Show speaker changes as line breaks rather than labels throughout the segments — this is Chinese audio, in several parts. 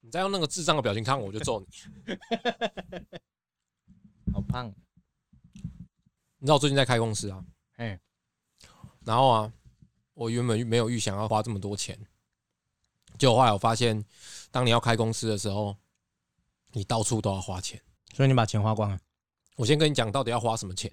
你再用那个智障的表情看我，我就揍你。
好胖，
你知道我最近在开公司啊，
哎，
然后啊，我原本没有预想要花这么多钱，结果后来我发现，当你要开公司的时候，你到处都要花钱。
所以你把钱花光了，
我先跟你讲到底要花什么钱。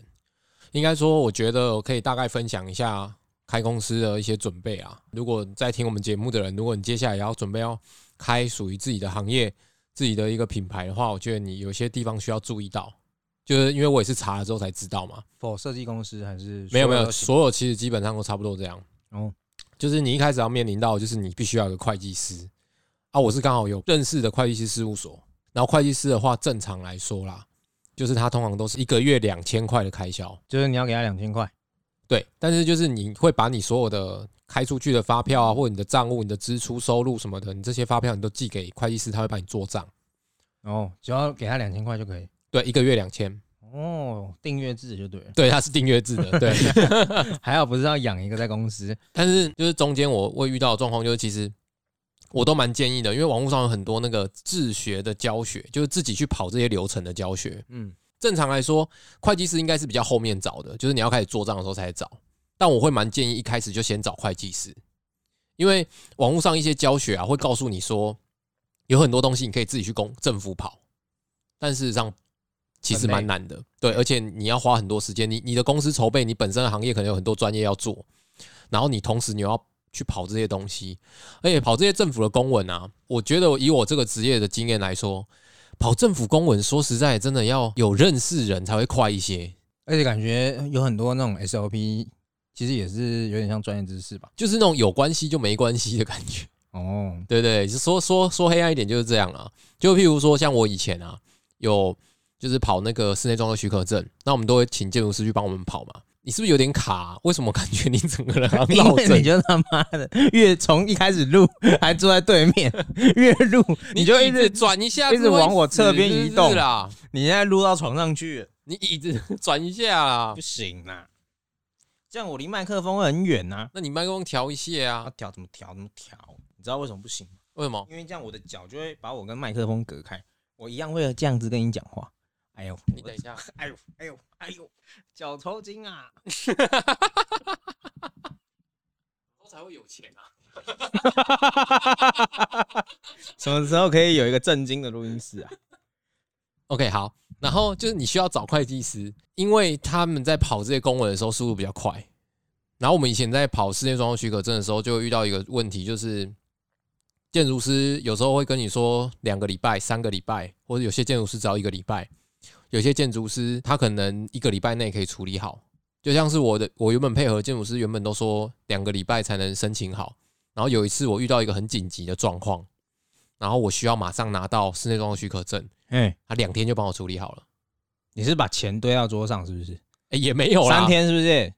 应该说，我觉得我可以大概分享一下开公司的一些准备啊。如果在听我们节目的人，如果你接下来要准备要开属于自己的行业、自己的一个品牌的话，我觉得你有些地方需要注意到，就是因为我也是查了之后才知道嘛。
否设计公司还是
没有没有，
说
所有其实基本上都差不多这样。
哦，
就是你一开始要面临到，就是你必须要有个会计师啊。我是刚好有认识的会计师事务所，然后会计师的话，正常来说啦，就是他通常都是一个月两千块的开销，
就是你要给他两千块，
对。但是就是你会把你所有的开出去的发票啊，或者你的账务、你的支出、收入什么的，你这些发票你都寄给会计师，他会帮你做账。
然后哦只要给他两千块就可以。
对，一个月两千，
哦，订阅制就对了，
对，他是订阅制的，对。
还好不是要养一个在公司，
但是就是中间我会遇到的状况，就是其实我都蛮建议的，因为网络上有很多那个自学的教学，就是自己去跑这些流程的教学。
嗯，
正常来说，会计师应该是比较后面找的，就是你要开始做账的时候才找。但我会蛮建议一开始就先找会计师，因为网络上一些教学啊，会告诉你说有很多东西你可以自己去公政府跑，但事实上其实
很累
蛮难的。对，而且你要花很多时间，你你的公司筹备，你本身的行业可能有很多专业要做，然后你同时你又要去跑这些东西，而且跑这些政府的公文啊，我觉得以我这个职业的经验来说，跑政府公文，说实在，真的要有认识人才会快一些。
而且感觉有很多那种 SOP，其实也是有点像专业知识吧。
就是那种有关系就没关系的感觉，
哦，
对对，就说说说黑暗一点就是这样啊。就譬如说，像我以前啊，有就是跑那个室内装修许可证，那我们都会请建筑师去帮我们跑嘛。你是不是有点卡啊、为什么感觉你整个人好像
因
落
为
枕
你？就他妈的越从一开始录还坐在对 面，越录你就一
椅子
直
转一下，
一直
这会
往我侧
死
边
是
移
不
动
是啦。
你现在录到床上去了，
你椅子转一下啦
不，行啦，这样我离麦克风会很远啊呐、
那你麦克风调一下
啊，要
啊？
调怎么调怎么调，你知道为什么不行吗？
为什么？
因为这样我的脚就会把我跟麦克风隔开，我一样会这样子跟你讲话。哎呦，
你
我
等一下，
哎呦，哎呦，哎呦，脚抽筋啊！
我才会有钱啊！
什么时候可以有一个正经的录音室啊？
OK，好，然后就是你需要找会计师，因为他们在跑这些公文的时候速度比较快。然后我们以前在跑室内装修许可证的时候，就会遇到一个问题，就是建筑师有时候会跟你说两个礼拜、三个礼拜，或者有些建筑师只要一个礼拜，有些建筑师他可能一个礼拜内可以处理好。就像是我的，我原本配合的建筑师原本都说两个礼拜才能申请好，然后有一次我遇到一个很紧急的状况，然后我需要马上拿到室内装修许可证。
哎、
他两天就帮我处理好了。
你是把钱堆到桌上是不是？
哎、也没有啦。
三，天是不是？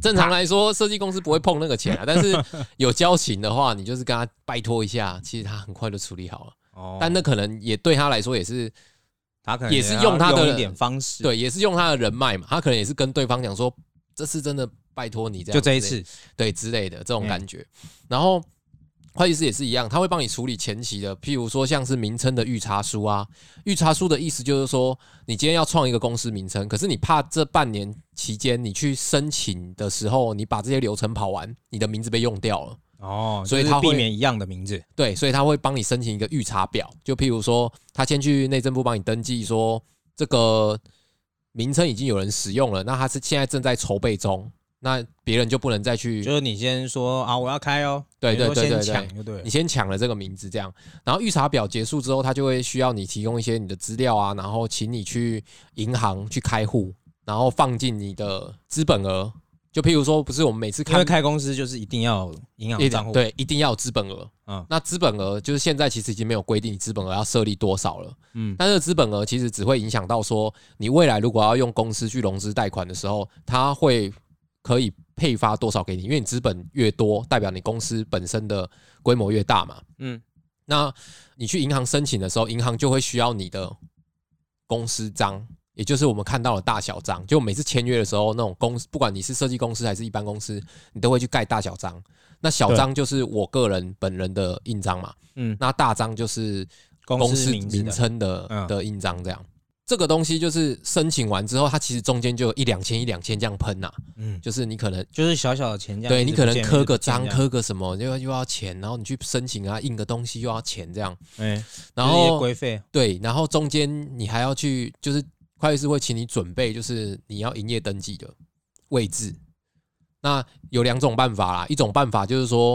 正常来说，设计公司不会碰那个钱啊。但是 有交情的话，你就是跟他拜托一下，其实他很快就处理好了。
哦
但那可能也对他来说也是
他可能
也是
要
用他的
一点方式，，
对，也是用他的人脉嘛。他可能也是跟对方讲说，这次真的拜托你这样，
就这一次，
对之类的这种
嗯
感觉。然后会计师也是一样，他会帮你处理前期的，譬如说像是名称的预查书啊。预查书的意思就是说，你今天要创一个公司名称，可是你怕这半年期间你去申请的时候，你把这些流程跑完，你的名字被用掉了。
哦，
所以
就是
他会
避免一样的名字，
对，所以他会帮你申请一个预查表，就譬如说，他先去内政部帮你登记说这个名称已经有人使用了，那他是现在正在筹备中，那别人就不能再去
就是你先说啊，我要开哦，
对对
你说
对对
先
对
抢就对了
你，先抢了这个名字，这样，然后预查表结束之后，他就会需要你提供一些你的资料啊，然后请你去银行去开户，然后放进你的资本额。就譬如说，不是我们每次
因为
看
开公司就是一定要有银行账户，，
对，一定要有资本额。
嗯
那资本额就是现在其实已经没有规定你资本额要设立多少了，
嗯，
但是资本额其实只会影响到说，你未来如果要用公司去融资贷款的时候，它会可以配发多少给你，因为你资本越多，代表你公司本身的规模越大嘛。
嗯，
那你去银行申请的时候，银行就会需要你的公司章，也就是我们看到的大小章。就每次签约的时候，那种公司，不管你是设计公司还是一般公司，你都会去盖大小章。那小章就是我个人本人的印章嘛，
嗯
那大章就是公
公
司
司名字
名
的
称的
嗯
的印章这样。这个东西就是申请完之后，它其实中间就有一两千一两千这样喷呐、啊
嗯，
就是你可能
就是小小的钱这样，
对
一直
你可
不
能
见
刻个
一直不见
章、
这样，
刻个什么，又要又要钱，然后你去申请啊，印个东西又要钱这样，
哎，
然
就是一些
后
规费，
对，然后中间你还要去，就是会计师会请你准备，就是你要营业登记的位置。那有两种办法啦，一种办法就是说，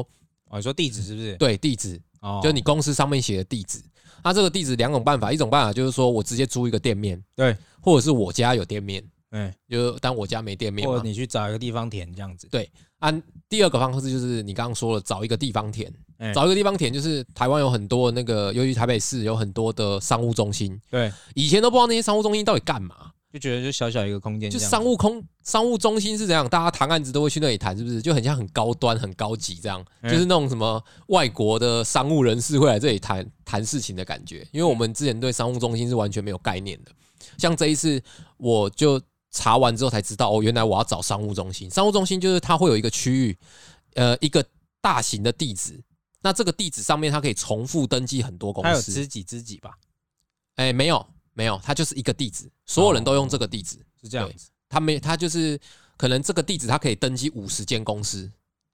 哦，你说地址是不是？，
对地址，
哦，
就是你公司上面写的地址。那这个地址两种办法，一种办法就是说我直接租一个店面，
对，
或者是我家有店面，
哎，
就是但我家没店面
或
嘛
者。你去找一个地方填这样子，
啊，第二个方式就是你刚刚说了，找一个地方填，
哎
找一个地方填，就是台湾有很多那个，尤其台北市有很多的商务中心，
对，
以前都不知道那些商务中心到底干嘛，
就觉得就小小一个空间这
就
样子，
商务空商务中心是怎样？大家谈案子都会去那里谈，是不是？就很像很高端、很高级这样，
嗯
就是那种什么外国的商务人士会来这里谈谈事情的感觉。因为
嗯
我们之前对商务中心是完全没有概念的，像这一次我就查完之后才知道，哦，原来我要找商务中心。商务中心就是它会有一个区域，呃，一个大型的地址。那这个地址上面，它可以重复登记很多公
它有
司。
知己知己吧，
哎、没有，没有，它就是一个地址，所有人都用这个地址。
是这样
对
子，
他没他就是可能这个地址他可以登记五十间公司，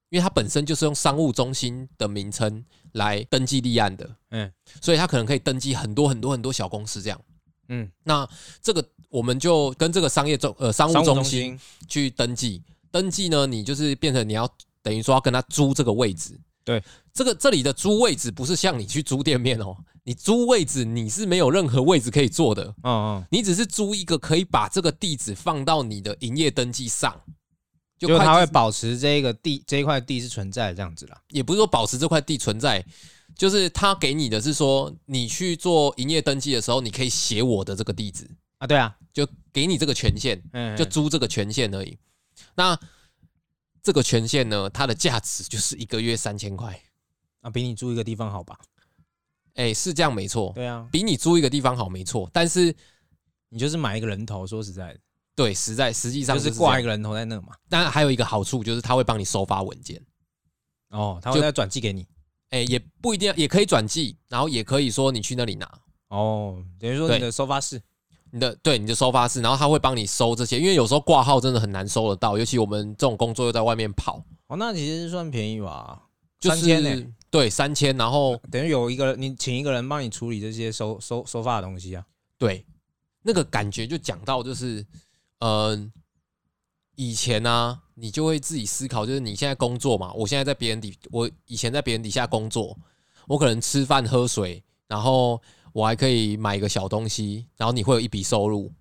因为他本身就是用商务中心的名称来登记立案的，
嗯
所以他可能可以登记很多很多很多小公司这样。
嗯，
那这个我们就跟这个商业中呃商务
商务
中
中
心
心，
去登记，登记呢你就是变成你要等于说要跟他租这个位置。
对，
这个这里的租位置不是像你去租店面哦，你租位置你是没有任何位置可以坐的，
嗯嗯，
你只是租一个可以把这个地址放到你的营业登记上，就
就
会
它会
计
保持这个地这一块地是存在的这样子啦，
也不是说保持这块地存在，就是他给你的是说你去做营业登记的时候，你可以写我的这个地址，
啊，对啊，
就给你这个权限，
嗯，
就
嗯
租这个权限而已。那这个权限呢，它的价值就是一个月三千块，
啊，比你住一个地方好吧？
哎，是这样没错，
对啊，
比你租一个地方好没错，但是
你就是买一个人头，说实在的，
对，实在实际上
就
就是是
挂
挂
一。个人头在那嘛，
当然还有一个好处就是他会帮你收发文件。
哦，他
就
会再转寄给你，
哎、也不一定要，也可以转寄，然后也可以说你去那里拿
哦，等于说
对
你的收发室，
你的对你的收发室，然后他会帮你收这些，因为有时候挂号真的很难收得到，尤其我们这种工作又在外面跑，
哦，那其实算便宜吧，
就是
三千呢，
对三千，然后
等于有一个你请一个人帮你处理这些收收收发的东西啊，
对那个感觉就讲到就是，嗯、以前啊，你就会自己思考，就是你现在工作嘛，我现在在别人底，我以前在别人底下工作，我可能吃饭喝水，然后我还可以买一个小东西，然后你会有一笔收入，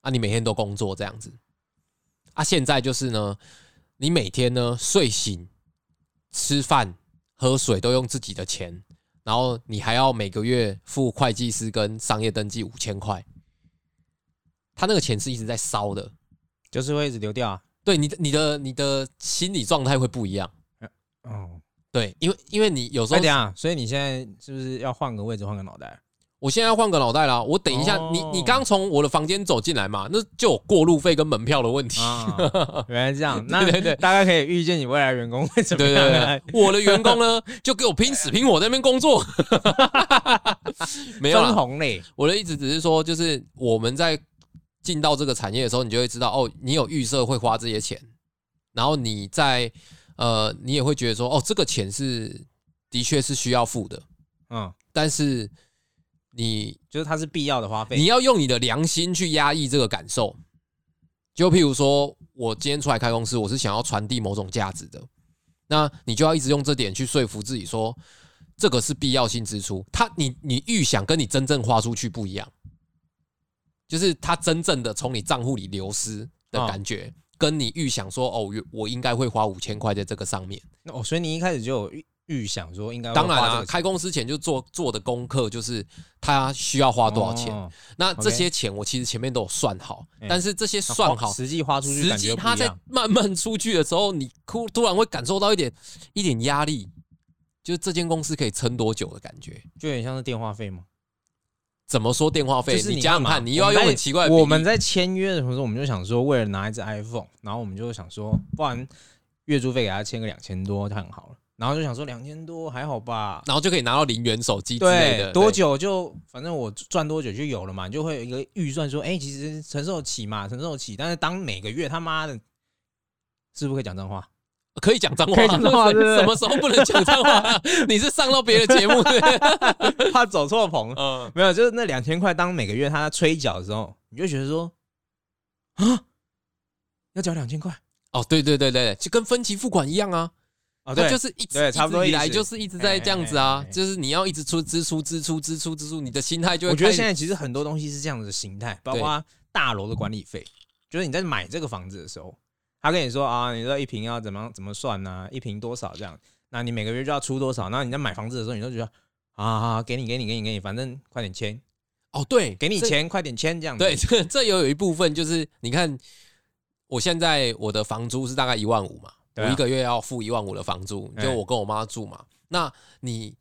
啊，你每天都工作这样子，啊，现在就是呢，你每天呢睡醒、吃饭、喝水都用自己的钱，然后你还要每个月付会计师跟商业登记五千块，他那个钱是一直在烧的。
就是会一直流掉啊，
对你的你的你的心理状态会不一样。
哦，
对，因为因为你有时
哎
候
等一，下，所以你现在是不是要换个位置，换个脑袋？
我现在要换个脑袋啦。我等一下，
哦
你你刚从我的房间走进来嘛，那就有过路费跟门票的问题。
啊，原来是这样，那
对对对
大概可以预见你未来员工会怎么
对
样啊。
对对，我的员工呢，就给我拼死拼活在那边工作。 没有
分
啦，
红嘞，
我的意思只是说，就是我们在进到这个产业的时候，你就会知道哦，你有预设会花这些钱，然后你在呃，你也会觉得说，哦，这个钱是的确是需要付的，
嗯，
但是你
就是它是必要的花费。
你要用你的良心去压抑这个感受。就譬如说，我今天出来开公司，我是想要传递某种价值的，那你就要一直用这点去说服自己说，这个是必要性支出。他你你预想跟你真正花出去不一样，就是他真正的从你账户里流失的感
啊
觉，跟你预想说哦，我我应该会花五千块在这个上面。
那哦，所以你一开始就有预预想说应该会
当然
花这
啊，
个钱
开公司前就做做的功课就是他需要花多少钱。
哦
那这
OK
些钱我其实前面都有算好，
嗯
但是这些算好，
实际花出去
实
感觉
际
又不
它
一
在
样
慢慢出去的时候，你突突然会感受到一点一点压力，就是这间公司可以撑多久的感觉。
就有点像是电话费嘛。
怎么说电话费？
就是
你
你
想想
看嘛
看，你又要用很奇怪的比例
我们在签约的时候，我们就想说，为了拿一只 iPhone，然后我们就想说，不然月租费给他签个两千多就很好了。然后就想说两千多还好吧，
然后就可以拿到零元手机之类
对
的，，
多
对？
久就反正我赚多久就有了嘛，你就会有一个预算说，哎、其实承受得起嘛，承受得起。但是当每个月他妈的，是不是可以讲脏话？
可以讲脏话，
可以讲 脏话对不对
什么时候不能讲脏话？ 你是上到别的节目？对
怕走错棚，
嗯，
没有，就是那两千块，当每个月他催缴的时候，你就觉得说，啊，要缴两千块
哦，对对对对，就跟分期付款一样啊，
啊，
它
对，
就是一直
对差不多
一直以
意思
来就是一直在这样子啊
哎哎，哎
就是你要一直出支出支出支出支出，你的心态就会
我觉得
开始
现在其实很多东西是这样子的形态，包括大楼的管理费，就是你在买这个房子的时候，他跟你说啊，你说一平要怎么样怎么算呢、一平多少这样？那你每个月就要出多少？那你在买房子的时候，你就觉得啊啊，给你给你给你给你，反正快点签，
哦，对，
给你
这
钱，快点签这样子。
对，这这又有一部分就是，你看，我现在我的房租是大概一万五嘛，
对啊
我一个月要付一万五的房租，
哎
就我跟我妈住嘛。那你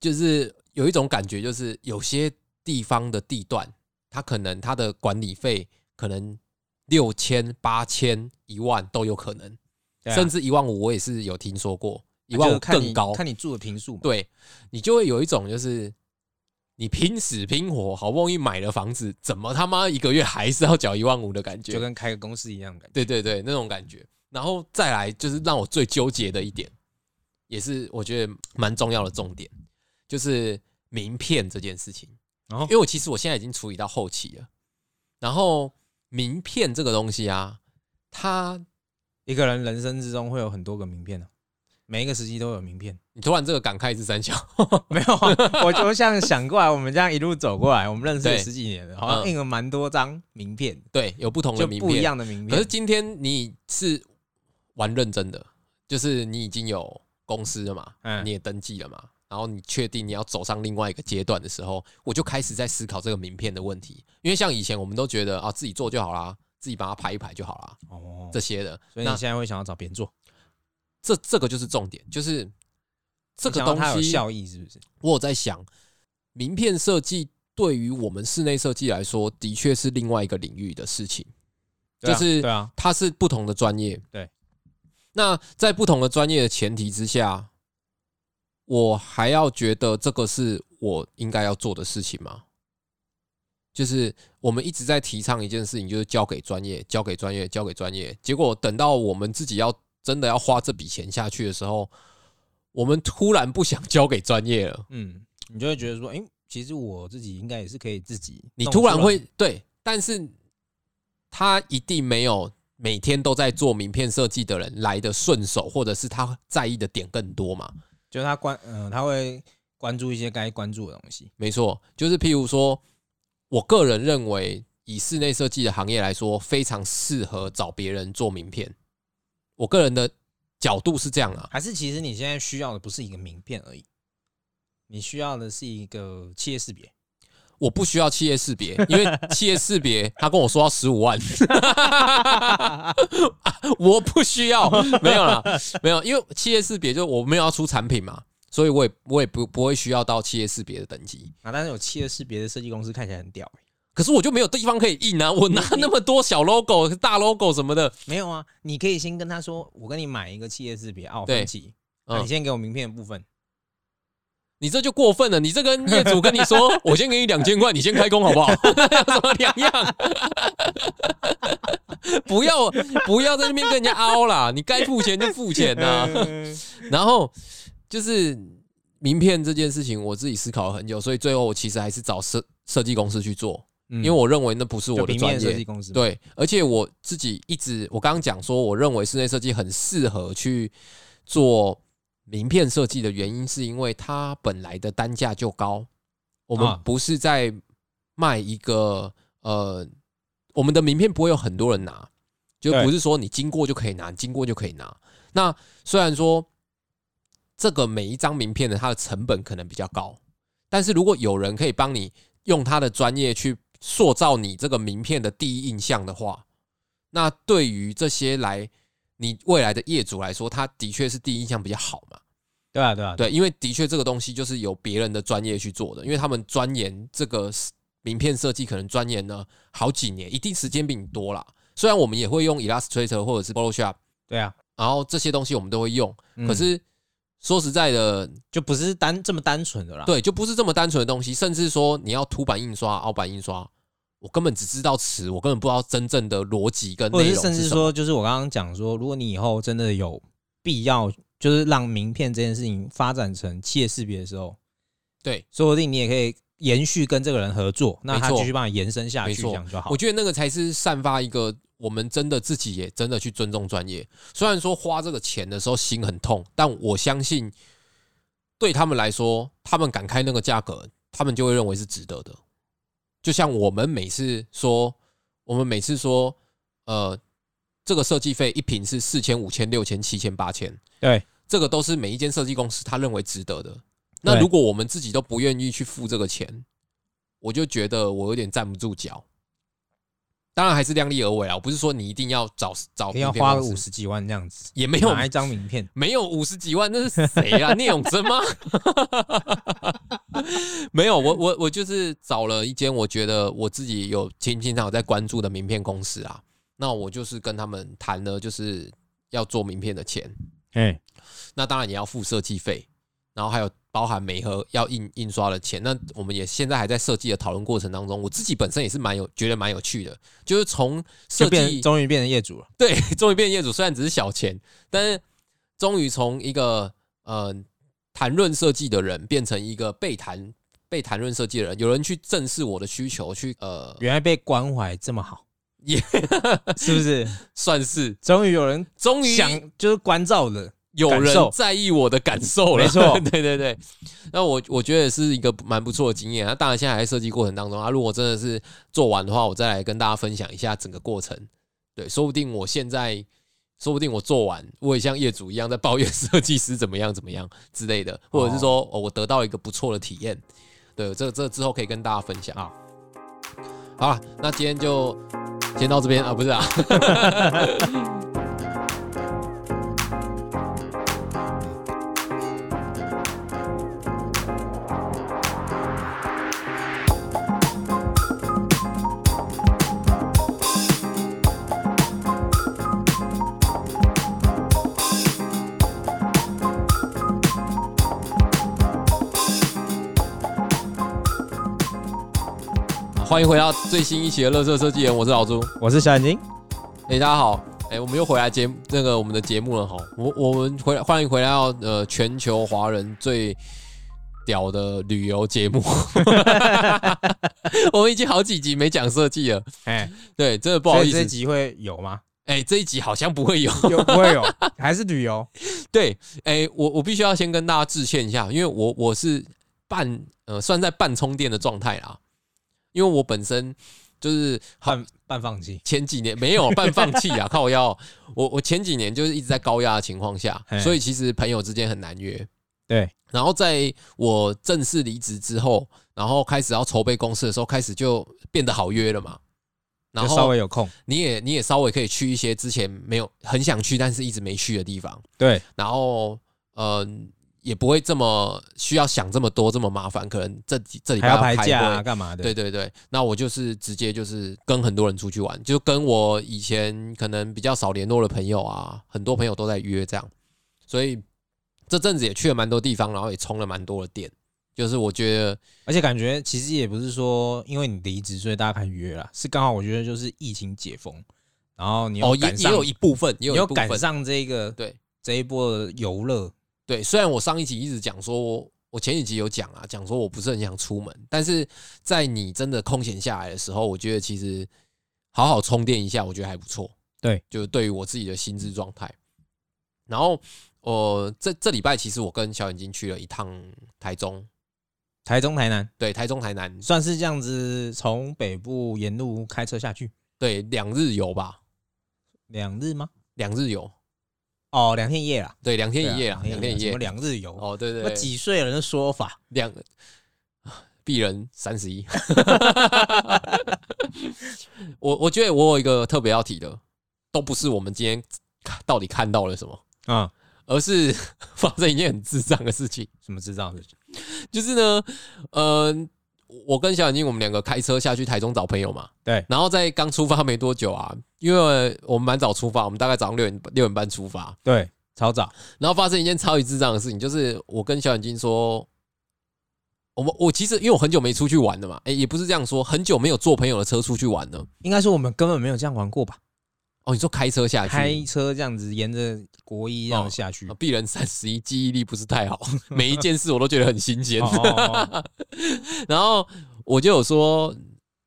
就是有一种感觉，就是有些地方的地段，它可能它的管理费可能六千、八千、一万都有可能，
对啊，
甚至一万五我也是有听说过，一
就
万
是
五
看你
更高。
看你住的平数嘛。
对你就会有一种就是你拼死拼活，好不容易买了房子，怎么他妈一个月还是要缴一万五的感觉？
就跟开个公司一样的感觉。
对对对，那种感觉。然后再来就是让我最纠结的一点，也是我觉得蛮重要的重点，就是名片这件事情。
哦
因为我其实我现在已经处理到后期了，然后名片这个东西啊，它
一个人人生之中会有很多个名片的、每一个时期都有名片。
你突然这个感慨是三小，
没有啊， 我就像想过来，我们这样一路走过来，我们认识
对
了十几年了，好像印了蛮多张名片，
对，有不同的
就
名
不一
片，
样的名
可是
片。
今天你是玩认真的，就是你已经有公司了嘛，
嗯
你也登记了嘛，然后你确定你要走上另外一个阶段的时候，我就开始在思考这个名片的问题。因为像以前我们都觉得啊，自己做就好啦，自己把它排一排就好啦，
哦，
这些的。
所以你
那
现在会想要找别人做，
这这个就是重点，就是这
你
个
想要
东
它有
西，
效益是不是？
我有在想，名片设计对于我们室内设计来说，的确是另外一个领域的事情。
对啊
就是
对啊，
它是不同的专业。
对，
那在不同的专业的前提之下，我还要觉得这个是我应该要做的事情吗？就是我们一直在提倡一件事情，就是交给专业，交给专业，交给专业。结果等到我们自己要真的要花这笔钱下去的时候，我们突然不想交给专业了。
嗯，你就会觉得说，哎，其实我自己应该也是可以自己
你
弄出
突
来。
然会对，但是他一定没有每天都在做名片设计的人来的顺手，或者是他在意的点更多嘛？
就是他关，嗯，他会关注一些该关注的东西。
没错，就是譬如说，我个人认为，以室内设计的行业来说，非常适合找别人做名片。我个人的角度是这样啊，
还是其实你现在需要的不是一个名片而已，你需要的是一个企业识别。
我不需要企业识别， 因为企业识别他跟我说要十五万， 我不需要，没有啦，没有，因为企业识别就我没有要出产品嘛，所以我也我也不不会需要到企业识别的等级。
啊，但是有企业识别的设计公司看起来很屌、欸。
可是我就没有地方可以印啊！我拿那么多小 logo、大 logo 什么的，
没有啊，你可以先跟他说，我跟你买一个企业识别啊，我
对
分期，
嗯
啊你先给我名片的部分，
你这就过分了。你这跟业主跟你说，我先给你两千块，你先开工好不好？有什么两样？ 不要不要在那边跟人家凹啦！你该付钱就付钱啊呐、然后就是名片这件事情，我自己思考了很久，所以最后我其实还是找设设计公司去做，
因
因为我认为那不是我
嗯就
的
平
专
面设计
业。
公司嘛，
对，而且我自己一直，我刚刚讲说，我认为室内设计很适合去做名片设计的原因，是因为它本来的单价就高，我们
啊
不是在卖一个呃，我们的名片不会有很多人拿，就
对
不是说你经过就可以拿，你经过就可以拿。那虽然说这个每一张名片的它的成本可能比较高，但是如果有人可以帮你用他的专业去塑造你这个名片的第一印象的话，那对于这些来你未来的业主来说，他的确是第一印象比较好嘛。
对啊对啊，
对，因为的确这个东西就是由别人的专业去做的，因为他们钻研这个名片设计，可能钻研了好几年，一定时间比你多啦。虽然我们也会用 Illustrator 或者是 Photoshop，
对啊，
然后这些东西我们都会用，
嗯
可是说实在的，
就不是单这么单纯的啦。，
对，就不是这么单纯的东西，甚至说你要凸版印刷、凹版印刷，我根本只知道词，我根本不知道真正的逻辑跟
或者
内
是
容
甚至
是什么。
说，就是我刚刚讲说，如果你以后真的有必要，就是让名片这件事情发展成企业识别的时候，
对，
说不定你也可以延续跟这个人合作，那他
没错
继续帮你延伸下
没
去，
错
这样就好
我。觉得那个才是散发一个我们真的自己也真的去尊重专业。虽然说花这个钱的时候心很痛，但我相信对他们来说，他们敢开那个价格，他们就会认为是值得的。就像我们每次说，我们每次说，呃，这个设计费一瓶是四千、五千、六千、七千、八千，
对，
这个都是每一间设计公司他认为值得的。那如果我们自己都不愿意去付这个钱，我就觉得我有点站不住脚。当然还是量力而为啊，我不是说你一定要找找
可以要
名片公
花个
司
五，十几万这样 子，
也没有
拿一张名片，
没有五十几万，那是谁啊？聂 永贞吗？没有，我我我就是找了一间我觉得我自己有平平常有在关注的名片公司啊，那我就是跟他们谈了，就是要做名片的钱，
哎，
那当然也要付设计费，然后还有包含每盒要印印刷的钱。那我们也现在还在设计的讨论过程当中，我自己本身也是蛮有觉得蛮有趣的，就是从设
就变
计
终于变成业主了。
对终于变业主，虽然只是小钱，但是终于从一个呃谈论设计的人变成一个被谈被谈论设计的人，有人去正视我的需求，去呃
原来被关怀这么好，
也
是不是？
算是
终于有人
终于
想就是关照了，
有
感受
人在意我的感受了，
没错
对对对。那我我觉得是一个蛮不错的经验啊。当然，现在还在设计过程当中啊。如果真的是做完的话，我再来跟大家分享一下整个过程。对，说不定我现在，说不定我做完，我也像业主一样在抱怨设计师怎么样怎么样之类的，或者是说、哦、我得到一个不错的体验。对，这这之后可以跟大家分享啊。好了，那今天就先到这边啊，不是啊。欢迎回到最新一期的《乐色设计人》，我是老朱。
我是小眼睛，
哎、大家好，哎、我们又回来节目那个我们的节目了哈。我我们回来欢迎回来到呃全球华人最屌的旅游节 目。 我们已经好几集没讲设计了，
哎，
对，真的不
不
好意思
这一。集会有吗？
哎、这一集好像不会有。
有不会有， 还是旅游？
对，哎、我我必须要先跟大家致歉一下，因为我我是半呃算在半充电的状态啦，因为我本身就是
半半放弃，
前几年没有半放弃 啊，靠腰。我我前几年就是一直在高压的情况下
嘿，
所以其实朋友之间很难约。
对，
然后在我正式离职之后，然后开始要筹备公司的时候，开始就变得好约了嘛。然
就稍
后
微有空，
你也你也稍微可以去一些之前没有很想去但是一直没去的地方，
对，
然后呃也不会这么需要想这么多这么麻烦，可能这几这礼
还
拜
要
排
排假
会
啊，干嘛的？
对，对对，那我就是直接就是跟很多人出去玩，就跟我以前可能比较少联络的朋友啊，很多朋友都在约这样，所以这阵子也去了蛮多地方，然后也充了蛮多的电，就是我觉得
而且感觉其实也不是说因为你离职所以大家开始约啦，是刚好我觉得就是疫情解封，然后你
哦
又
也
赶
也
上，
有一部分，也
你
有
又
一部分
赶上这个
对
这一波的游乐，
对，虽然我上一集一直讲说我。我前几集有讲啊，讲说我不是很想出门，但是在你真的空闲下来的时候，我觉得其实好好充电一下，我觉得还不错。
对，
就是对于我自己的心智状态。然后，我、这这礼拜其实我跟小眼睛去了一趟台中，
台中、台南
对，台中、台南，
算是这样子，从北部沿路开车下去
对，两日游吧，
两日吗？
两日游，
哦，两天一夜啦，
对，两天一夜啊，
对
两天一
什
夜
么。两日游？
哦，对对
那
对，
几岁人的说法？
两啊鄙人三十一。我我觉得我有一个特别要提的，都不是我们今天到底看到了什么，
啊，
而是 发生一件很智障的事情。
什么制造的？
就是呢，呃，我跟小眼睛我们两个开车下去台中找朋友嘛，
对
然后在刚出发没多久啊，因为我们蛮早出发，我们大概早上六点六点半出发，
对，超早，
然后发生一件超级智障的事情，就是我跟小眼睛说，我们我其实因为我很久没出去玩了嘛，哎、也不是这样说，很久没有坐朋友的车出去玩了。
应该说我们根本没有这样玩过吧？
哦，你说开车下去，
开车这样子沿着国一这样下去
啊，鄙人三十一记忆力不是太 好，每一件事我都觉得很新鲜
哦。哦哦
然后我就有说，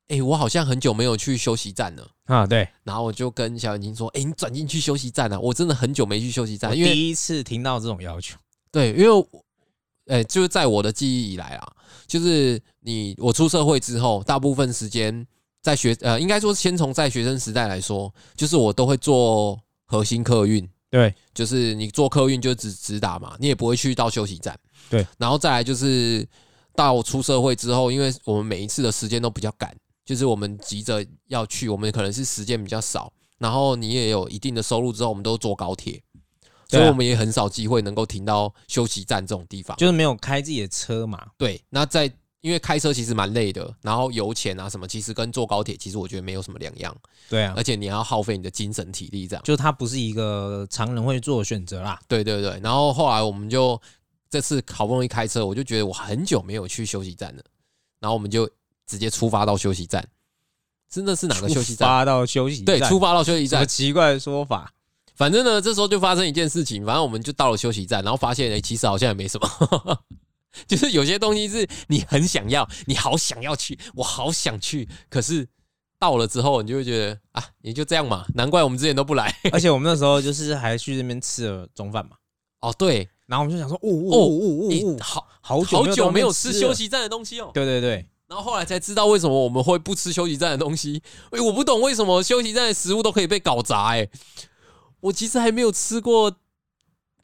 哎、我好像很久没有去休息站了。
啊，对，
然后我就跟小眼睛说，哎、你转进去休息站啊！我真的很久没去休息
我
站，因为
第一次听到这种要求，
对，因为我，哎、就是在我的记忆以来啊，就是你我出社会之后，大部分时间在学，呃，应该说先从在学生时代来说，就是我都会做核心客运，
对，
就是你做客运就只直达嘛，你也不会去到休息站，
对，
然后再来就是到出社会之后，因为我们每一次的时间都比较赶，就是我们急着要去，我们可能是时间比较少，然后你也有一定的收入之后，我们都坐高铁。
对啊
所以我们也很少机会能够停到休息站这种地方。
就是没有开自己的车嘛，
对，那在因为开车其实蛮累的，然后油钱啊什么，其实跟坐高铁其实我觉得没有什么两样，
对啊
而，且你还要耗费你的精神体力这样。
就它不是一个常人会做的选择啦，
对对对，然后后来我们就这次好不容易开车，我就觉得我很久没有去休息站了，然后我们就直接出发到休息站，真的是哪个休息
出
站？
发到休息
对，
站
出发到休息
什么
站。
奇怪的说法？
反正呢，这时候就发生一件事情，反正我们就到了休息站，然后发现哎、诶其实好像也没什么。 就是有些东西是你很想要，你好想要去，我好想去，可是到了之后，你就会觉得啊，也就这样嘛，难怪我们之前都不来。
而且我们那时候就是还去那边吃了中饭嘛，
哦，对，
然后我们就想说，哦
哦
哦
你
哦哦哦，
好
好久
好久没有
吃
吃休，息站的东西哦。
对对对，
然后后来才知道为什么我们会不吃休息站的东西。哎、我不懂为什么休息站的食物都可以被搞砸、哎，我其实还没有吃过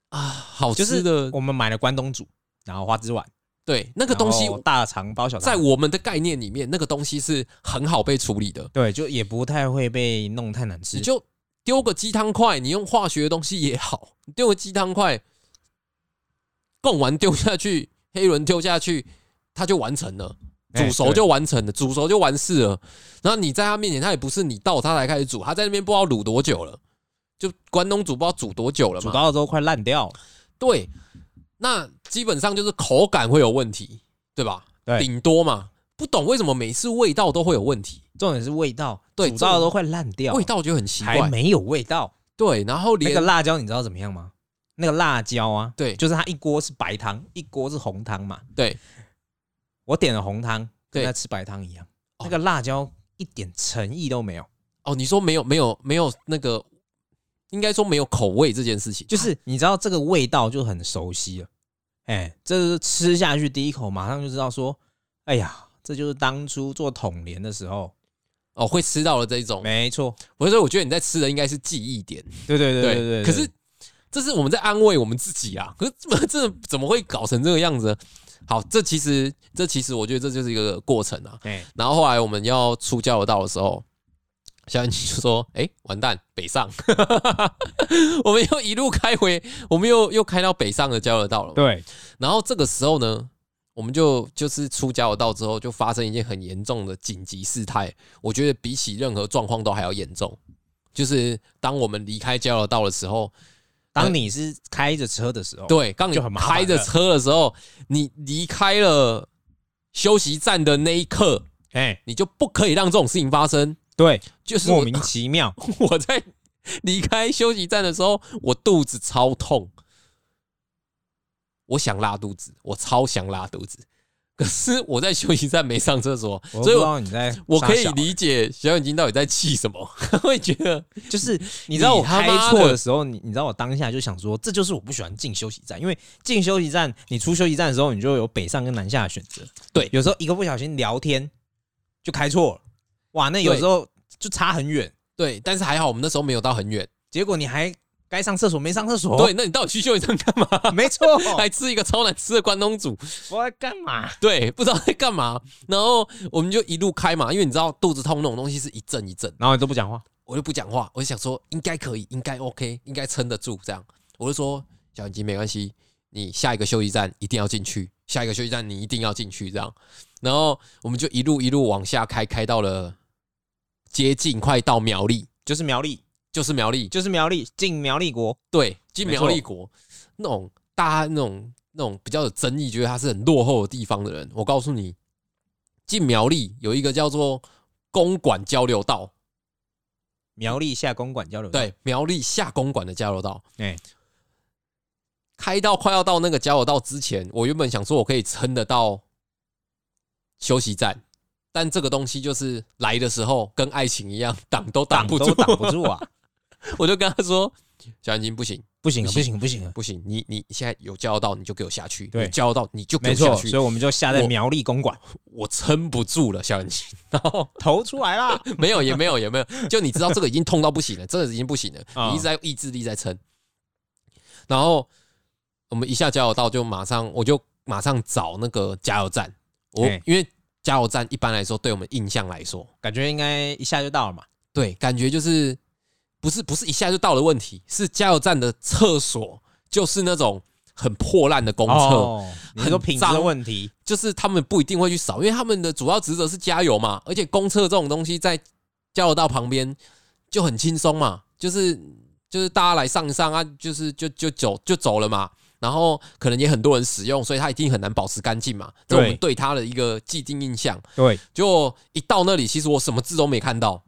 啊，好
就
吃
是
的。
我们买了关东煮，然后花枝丸，
对，那
那
个东西
大肠包小肠，
在我们的概念里面，那个东西是很好被处理的。
对，就也不太会被弄太难吃
你。就丢个鸡汤块，你用化学的东西也好，你丢个鸡汤块，贡丸丢下去，黑轮丢下去，它就完成了，
哎
煮熟就完成了，煮熟就完事了。然后你在他面前，他也不是你倒他才开始煮，他在那边不知道卤多久了，就关东煮不知道煮多久了
煮
嘛。
到了之后快烂掉了，
对，那基本上就是口感会有问题，对吧？
对
顶多嘛。不懂为什么每次味道都会有问题，
重点是味道，
对
煮到了都快烂掉了，
味道就很奇
还
怪。
没有味道。
对，然后
那
连
个辣椒你知道怎么样吗？那个辣椒啊，
对
就是它一锅是白汤，一锅是红汤嘛。
对，
我点了红汤，
对
跟他吃白汤一样，
哦
那个辣椒一点诚意都没有。
哦，你说没有没有没有那个，应该说没有口味这件事情，
就是啊你知道这个味道就很熟悉了，哎，这是吃下去第一口马上就知道说，哎呀，这就是当初做统联的时候，
哦会吃到了这一种。
没错，
我所以我觉得你在吃的应该是记忆点，
对对对对对。
可是这是我们在安慰我们自己啊，可是怎么这怎么会搞成这个样子呢？好，这其实这其实我觉得这就是一个过程啊。
哎，
然后后来我们要出交流道的时候，小燕就说：“哎、完蛋，北上！ 我们又一路开回，我们又又开到北上的交流道了。”
对，
然后这个时候呢，我们就就是出交流道之后，就发生一件很严重的紧急事态。我觉得比起任何状况都还要严重，就是当我们离开交流道的时候，
当你是开着车的时候，
对，刚你
哦就很麻烦
开着
了
车的时候，你离开了休息站的那一刻，
哎，
你就不可以让这种事情发生。
对，
就是
莫
我
名其 妙，
我在离开休息站的时候，我肚子超痛，我想拉肚子，我超想拉肚子。可是我在休息站没上厕所，
我都不
所以
知
我
道你在傻笑，欸啊
我可以理解小眼睛到底在气什么， 会觉得
就是嗯你知道我
你他
开
妈
错
的
的时候，你你知道我当下就想说，这就是我不喜欢进休息站，因为进休息站，你出休息站的时候，你就有北上跟南下的选择。
对
有时候一个不小心聊天就开错了，哇，那有时候就差很远，
对。但是还好我们那时候没有到很远。
结果你还该上厕所没上厕所，
对，，那哎你到底去休息站干嘛？
没错，
还吃一个超难吃的关东煮，
我在干 嘛？
对，不知道在干嘛。然后我们就一路开嘛，因为你知道肚子痛那种东西是一阵一阵的。
然后你都不讲话，
我就不讲话，我就想说应该可以，应该 OK，应该撑得住这样。我就说小眼睛没关系，你下一个休息站一定要进去，下一个休息站你一定要进去这样。然后我们就一路一路往下开，开到了接近快到苗栗，
就是苗栗，
就是苗栗，
就是苗栗进苗栗国，
对，进
没
苗栗国那种大家那种那种比较有争议，觉得他是很落后的地方的人，我告诉你，进苗栗有一个叫做公馆交流道，
苗栗下公馆交流道，
对，苗栗下公馆的交流道，
哎，
开到快要到那个交流道之前，我原本想说我可以撑得到休息站，但这个东西就是来的时候跟爱情一样，挡都挡
挡
不
都
住，
挡不住啊！
我就跟他说：“小眼睛不行，
不行啊，
不
不行，不 行啊！
不行，你你现在有交流道，你就给我下去；
对
有交流道，你就给我
没
下
错，所以
去。
我们就下在
我
苗 栗公馆
我撑不住了，小眼睛。然后
投出来啦。
没有，也没有，也没有。就你知道这个已经痛到不行了，真的已经不行了，
啊
你一直在用意志力在撑。然后我们一下加油道就马上，我就马上找那个加油站。我
哎
因为加油站一般来说，对我们印象来说，
感觉应该一下就到了嘛。
对，感觉就是不是不是一下就到的问题，是加油站的厕所就是那种很破烂的公厕，
哦，你
很
说品质的
脏
问题，
就是他们不一定会去扫，因为他们的主要职责是加油嘛，而且公厕这种东西在交流道旁边就很轻松嘛，就是就是大家来上一上啊，就是就就走就走了嘛。然后可能也很多人使用，所以它一定很难保持干净嘛。这是我们对它的一个既定印象。
对
就一到那里，其实我什么字都没看到，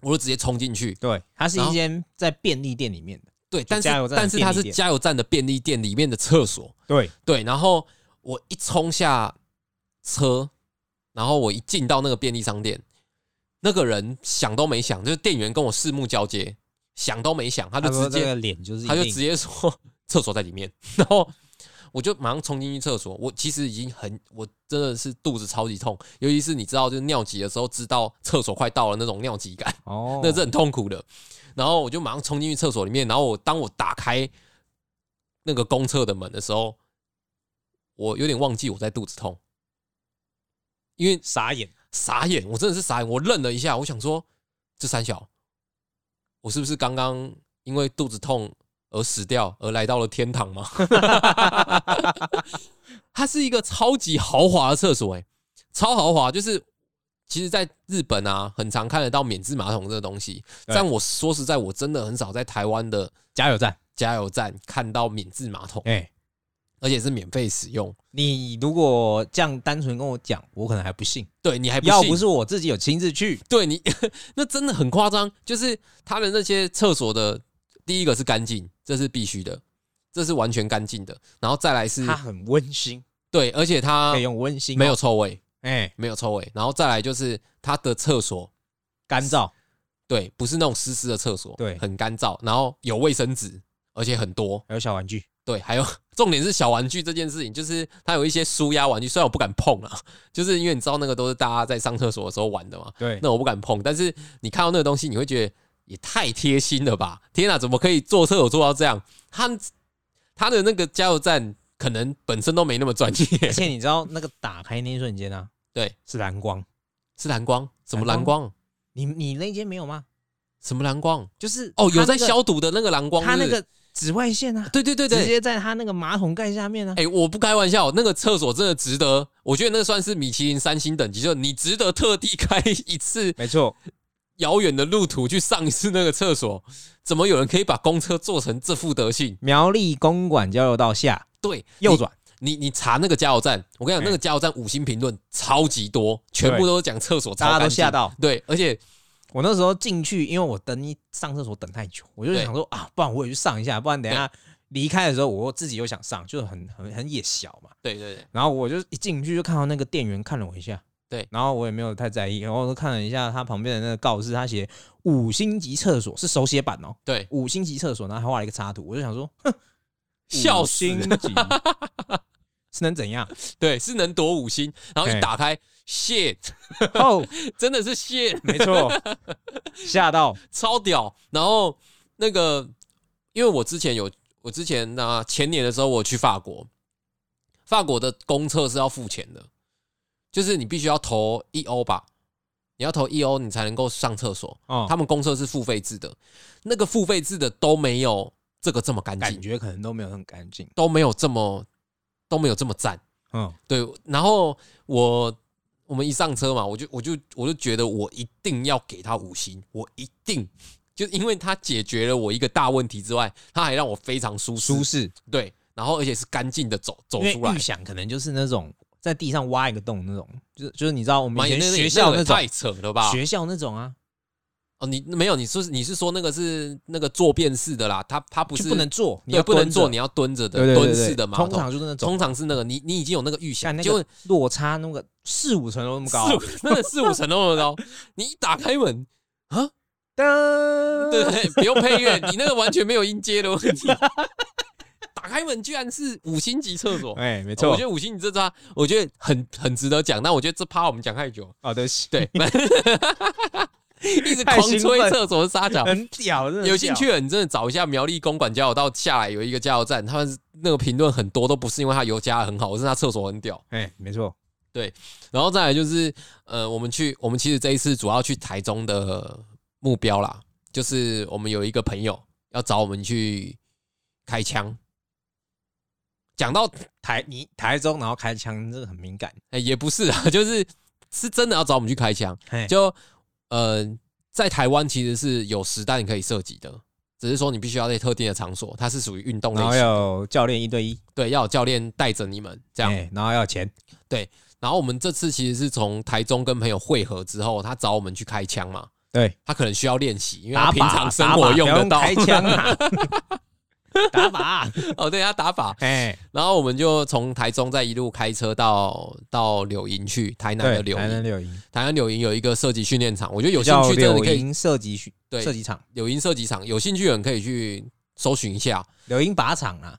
我就直接冲进去。
对，它是
然
一
后
间在便利店里面的，
对，但是
加油站的
但是它
便利
是
店
加油站的便利店里面的厕所，
对，
对，然后我一冲下车，然后我一进到那个便利商店，那个人想都没想，就是店员跟我四目交接，想都没想，他
他
就直
说这
接
个脸就是一
他就
定
直接说厕所在里面，然后我就马上冲进去厕所。我其实已经很，我真的是肚子超级痛，尤其是你知道，就是尿急的时候，知道厕所快到了那种尿急感。
哦，
那是很痛苦的。然后我就马上冲进去厕所里面，然后我当我打开那个公厕的门的时候，我有点忘记我在肚子痛，因为
傻眼，
傻眼，我真的是傻眼，我愣了一下，我想说这三小，我是不是刚刚因为肚子痛而死掉，而来到了天堂吗？ 它是一个超级豪华的厕所、欸，超豪华，就是其实在日本啊，很常看得到免治马桶这个东西，
对
但我说实在，我真的很少在台湾的
加油站，
加油站看到免治马桶，
哎。
而且是免费使用。
你如果这样单纯跟我讲，我可能还不信。
对你还
要
信
不是我自己有亲自去，
对你那真的很夸张，就是他的那些厕所的第一个是干净，这是必须的，这是完全干净的。然后再来是
它很温馨，
对，而且它
可以用温馨
嗯
哦
没有臭味，
哎
没有臭味。然后再来就是它的厕所，
干燥，
对，不是那种湿湿的厕所，
对
很干燥，然后有卫生纸，而且很多，
还有小玩具，
对，还有重点是小玩具这件事情，就是它有一些舒压玩具，虽然我不敢碰啊，就是因为你知道那个都是大家在上厕所的时候玩的嘛，
对
那我不敢碰。但是你看到那个东西，你会觉得也太贴心了吧？天哪，怎么可以做厕所做到这样？他他的那个加油站可能本身都没那么专业，
而且你知道那个打开那一瞬间啊，
对，
是蓝光。
是蓝光？什么蓝光？
你你那间没有吗？
什么蓝光？
就是
哦，有
它
在
那个，
消毒的那个蓝光，
它那
是不是
个紫外线啊，
对对对
直
对。
接在它那个马桶盖下面啊。
哎、我不开玩笑，那个厕所真的值得，我觉得那算是米其林三星等级，就是你值得特地开一次
没错，
遥远的路途去上一次那个厕所。怎么有人可以把公车做成这副德性？
苗栗公馆交流道下
对，
右
你
转，
你你查那个加油站，我跟你讲，
哎
那个加油站五星评论超级多，全部都是讲厕所，
大家都吓
到。
到。
对，而 且
我那时候进去，因为我等你上厕所等太久，我就
对
想说啊，不然我也去上一下，不然等一下离开的时候我自己又想上，就是很很很野小嘛。
对对对，
然后我就一进去就看到那个店员看了我一下，
对
然后我也没有太在意，然后我就看了一下他旁边的那个告示，他写五星级厕所是手写版哦，
对
五星级厕所，然后还画了一个插图，我就想说，哼，
笑
五
死
星级 是能怎样？
对是能夺五星，然后一
哎
打开，shit，
哦，
真的是 shit，
没错，吓到，
超屌。然后那个，因为我之前有，我之前那、前年的时候我去法国，法国的公厕是要付钱的，就是你必须要投一欧吧，你要投一欧你才能够上厕所。
哦，
他们公厕是付费制的，那个付费制的都没有这个这么干
感
净，
觉可能都没有很干净，
都没有这么都没有这么赞。
嗯，
对，然后我我们一上车嘛，我就我就我就觉得我一定要给他五星，我一定就是因为它解决了我一个大问题之外，它还让我非常舒适
舒，适。
对，然后而且是干净的走走
因
出
为
来
预。想可能就是那种在地上挖一个洞那种，就是就是你知道我们
妈
以
呀
前
那个
学校
那
那
个
种
太扯了吧？
学校那种啊，
哦，你没有，你是你是说那个是那个坐便式的啦，它它不
就是不能坐，你
对
要
不能
蹲着
坐，你要蹲着的
对对对
蹲式
对
的马
通
桶
常，就是那种
通常是那个你你已经有那个预想
干，那
结果
个落差那个四五层楼那么高
四五， 真的四五层楼的高，你一打开 门，
噔
对对对，不用配乐，你那个完全没有音阶的问题。 打开门居然是五星级厕所，
哎，没
我
错
觉，得五星级这招，我觉得很很值得讲，但我觉得这趴我们讲太久，
哦，对不起，
对，一直
太
狂
兴奋
吹厕所的沙脚。
很屌，真的
有
很
兴
屌
趣的，你真的找一下苗栗公馆交流道下来有一个加油站，他们那个评论很多都不是因为他油加的很好，而是他厕所很屌。
哎，没错，
然后再来就是，呃，我们去，我们其实这一次主要去台中的目标啦，就是我们有一个朋友要找我们去开枪。讲到、
台你台中然后开枪，这个很敏感，
哎，也不是啊， 就是是真的要找我们去开枪。
哎，
就呃，在台湾其实是有实弹可以射击的，只是说你必须要在特定的场所，它是属于运动类
然后
型，
哦要教练一对一，
对，要有教练带着你们这样。
哎，然后要钱，
然后我们这次其实是从台中跟朋友会合之后，他找我们去开枪嘛，
对，
他可能需要练习，因为
打
他
靶
平常生活用得到
打靶不要用开枪啊， 打靶，
哦，对他打靶。
哎，
然后我们就从台中再一路开车到到柳营去，台南的
对，
柳
台南
营，
柳营，
台南柳营有一个射击训练场，我觉得有兴
叫
趣真的
柳
可以
营射击训
对
射击场，
柳营射击场，有兴趣的人可以去搜寻一下，
柳营靶场啊，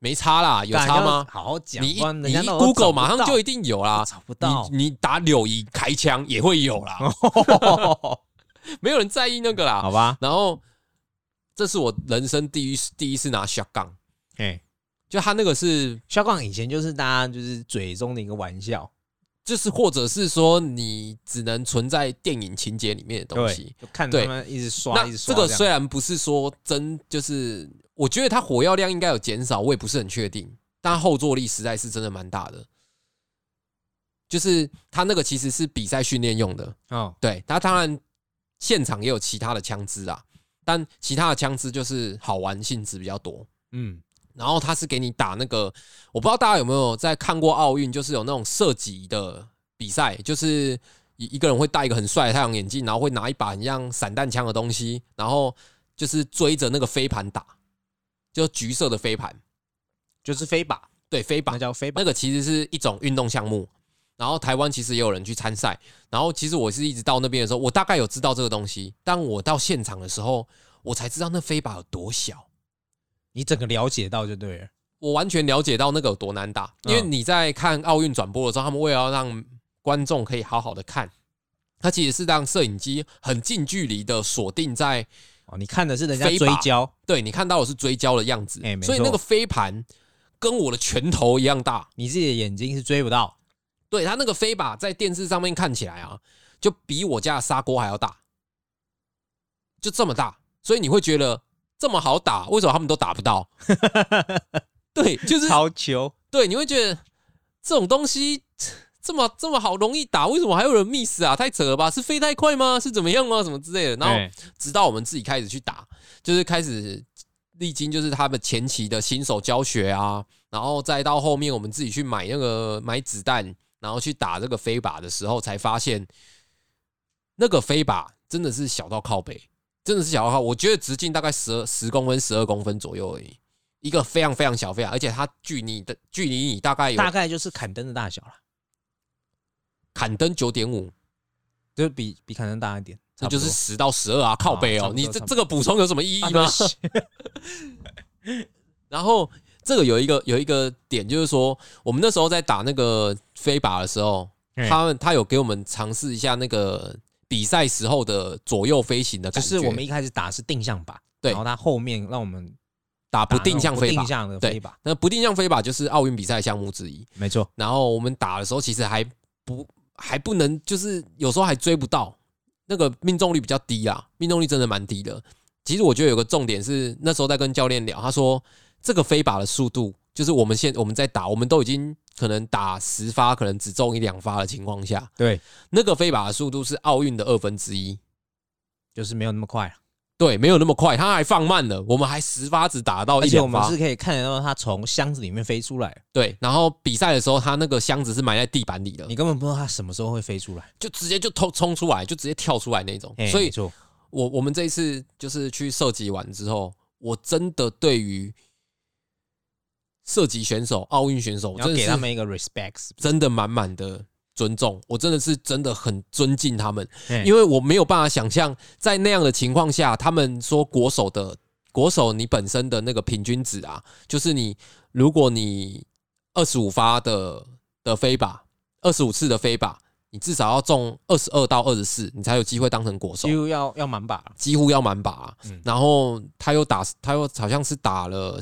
没差啦，有
干
差
要
吗？
好好啊讲，
你一
不然人
你
家
一
都找不
Google 马上
到
就一定有啦，
找不到
你，你打柳营开枪也会有啦，没有人在意那个啦。
哦好吧，
然后这是我人生第一第一次拿 shotgun，
哎。
就他那个是
肖杠以前就是大家就是嘴中的一个玩笑，
就是或者是说你只能存在电影情节里面的东西。
就看
对
他们一直刷，
那
一直
这
刷
个
样
虽然不是说真，就是我觉得它火药量应该有减少，我也不是很确定，但后坐力实在是真的蛮大的。就是它那个其实是比赛训练用的，
哦，
对，它当然现场也有其他的枪支啊，但其他的枪支就是好玩性质比较多。
嗯，
然后他是给你打那个，我不知道大家有没有在看过奥运，就是有那种射击的比赛，就是一一个人会戴一个很帅的太阳眼镜，然后会拿一把很像散弹枪的东西，然后就是追着那个飞盘打，就橘色的飞盘，
就是飞靶，
对，飞
那
靶，
叫飞靶
那个其实是一种运动项目。然后台湾其实也有人去参赛，然后其实我是一直到那边的时候，我大概有知道这个东西，但我到现场的时候，我才知道那飞靶有多小。
你整个了解到就对了，
我完全了解到那个有多难打，因为
嗯
你在看奥运转播的时候，他们为了要让观众可以好好的看，他其实是让摄影机很近距离的锁定在
哦，你看的是人家
飞靶
追焦，
对你看到的是追焦的样子
哎，没错
所以那个飞盘跟我的拳头一样大。
你自己的眼睛是追不到，
对他那个飞靶在电视上面看起来啊，就比我家的砂锅还要大，就这么大，所以你会觉得这么好打，为什么他们都打不到？ 对，就是
超球，
对，你会觉得这种东西这么这么好容易打，为什么还有人 miss 啊？太扯了吧？是飞太快吗？是怎么样吗？什么之类的。然后
哎
直到我们自己开始去打，就是开始历经就是他们前期的新手教学啊，然后再到后面我们自己去买那个买子弹，然后去打这个飞靶的时候，才发现那个飞靶真的是小到靠背，真的是小到靠，我觉得直径大概十十公分、十二公分左右而已。一个非常非常小，非常，而且它距你的距离你大概有
大概就是砍灯的大小了，
砍灯九点五，
就是比比砍灯大一点，
那就是
差
十到十二啊，靠背
差
哦
不，多
你这
差不多
这个补充有什么意义
不多
吗？
啊对不起
然后这个有一个有一个点，就是说我们那时候在打那个飞靶的时候，
嗯
他们他有给我们尝试一下那个比赛时候的左右飞行的
就
感觉，
是我们一开始打是定向靶，
对
然后它后面让我们
打
打
不定向
那种
飞
不定
靶。
向的
对
飞靶，
那不定向飞靶就是奥运比赛项目之一。
没错，
然后我们打的时候，其实还不还不能，就是有时候还追不到，那个命中率比较低啊，命中率真的蛮低的。其实我觉得有个重点是，那时候在跟教练聊，他说这个飞靶的速度，就是我们现我们在打，我们都已经可能打十发，可能只中一两发的情况下，
对，
那个飞靶的速度是奥运的二分之一，
就是没有那么快了。啊
对，没有那么快，它还放慢了，我们还十发只打到
而
一
且我
两
们
发
是。可以看得到它从箱子里面飞出来，
对，然后比赛的时候，它那个箱子是埋在地板里的
你，根本不知道它什么时候会飞出来。
就直接就冲冲出来，就直接跳出来那种
嘿。
所
没
以
错
我我们这一次就是去射击完之后，我真的对于射击选手、奥运选手，
你
我
要
真的
给
是
他们一个 respects，
真的满满的尊重，我真的是真的很尊敬他们，因
为
为我没有办法想象在那样的情况下，他们说国手的国手你本身的那个平均值啊，就是你如果你二十五发的的飞靶，二十五次的飞靶，你至少要中二十二到二十四，你才有机会当成国手
几。乎要要满把，
几乎要满靶啊、
嗯
然后他又打，他又好像是打了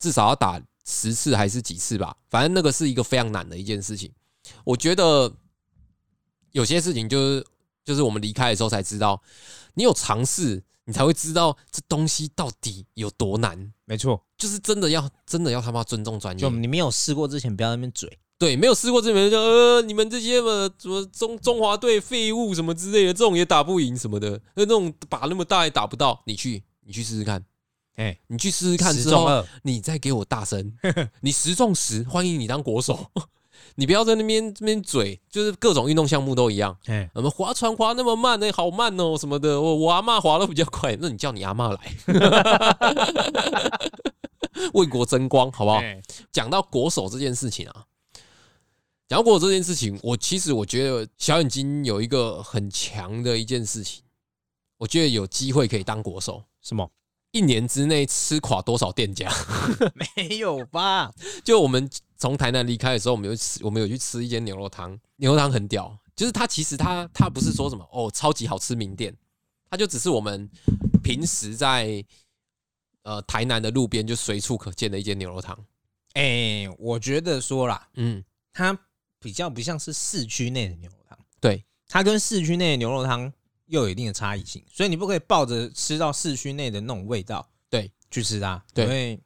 至少要打十次还是几次吧，反正那个是一个非常难的一件事情。我觉得有些事情就是就是我们离开的时候才知道，你有尝试，你才会知道这东西到底有多难。
没错。
就是真的要真的要他妈尊重专业
就，你没有试过之前，不要在那边嘴。
对，没有试过这边就呃，你们这些呃什么中中华队废物什么之类的，这种也打不赢什么的，那那种靶那么大也打不到，你去你去试试看，
哎，
你去试试看
十
之
中
后，
二，
你再给我大 声，你十中十，欢迎你当国手， 你不要在那边这边嘴，就是各种运动项目都一样，
哎，
我们划船划那么慢呢、好慢哦什么的，我我阿嬷划的比较快，那你叫你阿嬷来， 为国争光，好不好？
哎
讲到国手这件事情啊，讲到国手这件事情，我其实我觉得小眼睛有一个很强的一件事情，我觉得有机会可以当国手，
什么？
一年之内吃垮多少店家？
没有吧？
就我们从台南离开的时候，我们有吃，我们有去吃一间牛肉汤，牛肉汤很屌，就是它其实它它不是说什么哦超级好吃名店，它就只是我们平时在呃台南的路边就随处可见的一间牛肉汤，
哎，我觉得说啦，
嗯，
它比较不像是市区内的牛肉汤，
对，
它跟市区内的牛肉汤又有一定的差异性，所以你不可以抱着吃到市区内的那种味道，
对，
去吃它，
对
因为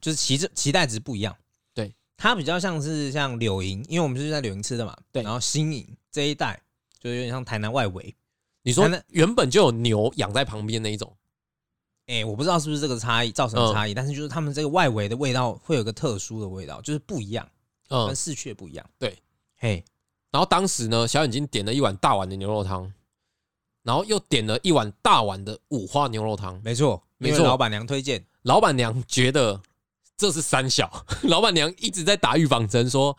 就是期这期待值不一样，
对，
它比较像是像柳营，因为我们是在柳营吃的嘛，
对
然后新营这一带就有点像台南外围，
你说
台南
原本就有牛养在旁边那一种。
哎、我不知道是不是这个差异造成
嗯
的差异，但是就是他们这个外围的味道会有个特殊的味道，就是不一样，
嗯
跟，市区的不一样，
对，
嘿，
然后当时呢，小眼睛点了一碗大碗的牛肉汤，然后又点了一碗大碗的五花牛肉汤。
没错，
没
因为
错
老板娘推荐，
老板娘觉得这是三小， 老板娘一直在打预防针，说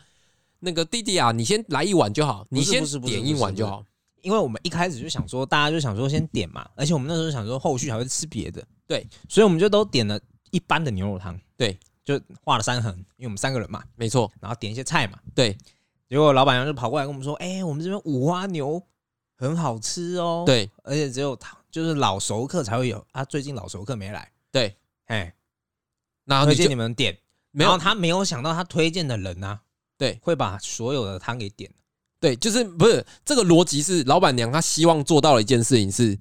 那个弟弟啊，你先来一碗就好，
不
你
是
先
不是不是
点
不是
一碗就
不是
好。
因为我们一开始就想说，大家就想说先点嘛，而且我们那时候想说后续还会吃别的，
对，
所以我们就都点了一般的牛肉汤，
对，
就画了三横，因为我们三个人嘛，
没错，
然后点一些菜嘛，
对
结果老板娘就跑过来跟我们说，哎、我们这边五花牛很好吃哦，，
对
而且只有他就是老熟客才会有，啊，最近老熟客没来，
对，
哎，
然后哦
推
你就
荐你们点，
没
然后
有
他没有想到他推荐的人啊，
对，
会把所有的汤给点，
对，就是不是这个逻辑是老板娘她希望做到的一件事情是